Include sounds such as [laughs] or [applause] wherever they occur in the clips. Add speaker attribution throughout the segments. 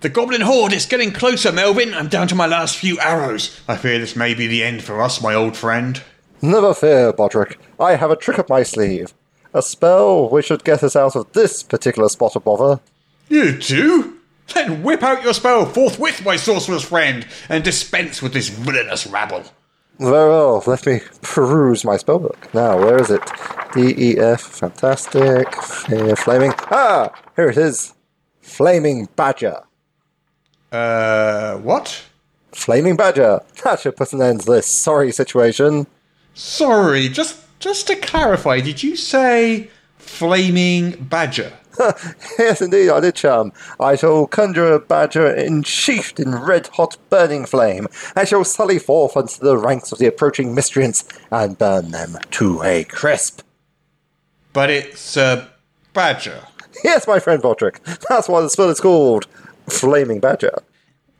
Speaker 1: The goblin horde is getting closer, Melvin. I'm down to my last few arrows. I fear this may be the end for us, my old friend.
Speaker 2: Never fear, Bodrick. I have a trick up my sleeve. A spell which should get us out of this particular spot of bother.
Speaker 1: You too? Then whip out your spell forthwith, my sorcerer's friend, and dispense with this villainous rabble.
Speaker 2: Very well, let me peruse my spellbook. Now, where is it? DEF, fantastic. eh, Flaming. Ah! Here it is. Flaming Badger.
Speaker 1: Uh, what?
Speaker 2: Flaming Badger. That should put an end to this sorry situation.
Speaker 1: Sorry, just just to clarify, did you say flaming badger?
Speaker 2: Yes, indeed, I did, Chum. I shall conjure a badger ensheathed in red hot burning flame, and shall sally forth into the ranks of the approaching miscreants and burn them to a crisp. [laughs]
Speaker 1: But it's a badger.
Speaker 2: Yes, my friend Podrick, that's why the spell is called Flaming Badger.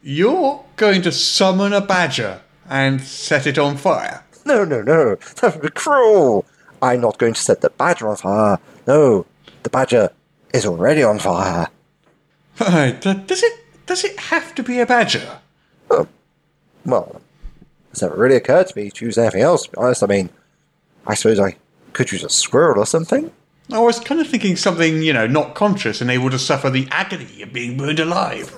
Speaker 1: You're going to summon a badger and set it on fire. [laughs]
Speaker 2: No, no, no, that would be cruel. I'm not going to set the badger on fire. No, the badger is already on fire.
Speaker 1: Right, th- does it does it have to be a badger?
Speaker 2: Well, it's never really occurred to me to use anything else, to be honest. I mean, I suppose I could use a squirrel or something.
Speaker 1: I was kind of thinking something, you know, not conscious and able to suffer the agony of being burned alive.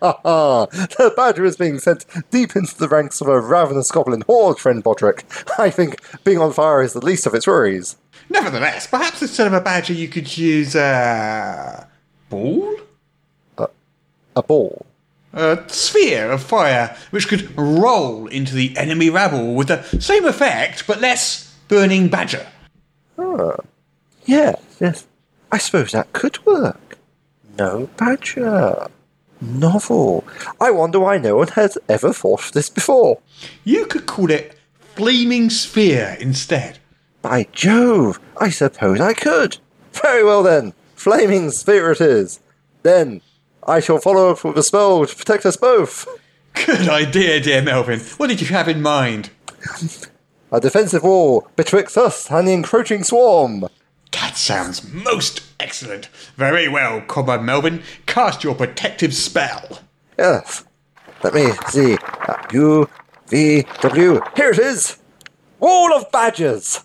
Speaker 2: Ah, the badger is being sent deep into the ranks of a ravenous goblin horde, friend Bodrick. I think being on fire is the least of its worries.
Speaker 1: Nevertheless, perhaps instead of a badger, you could use a ball,
Speaker 2: A ball.
Speaker 1: a sphere of fire, which could roll into the enemy rabble with the same effect but less burning badger.
Speaker 2: Yes, yes. I suppose that could work. No badger. Novel. I wonder why no one has ever thought of this before.
Speaker 1: You could call it flaming sphere instead.
Speaker 2: By Jove, I suppose I could. Very well then, flaming sphere it is. Then I shall follow up with a spell to protect us both.
Speaker 1: Good idea, dear Melvin. What did you have in mind?
Speaker 2: A defensive wall betwixt us and the encroaching swarm.
Speaker 1: That sounds most excellent. Very well, Comrade Melvin. Cast your protective spell.
Speaker 2: Yes. Let me see. Uh, U, V, W. Here it is. Wall of badgers.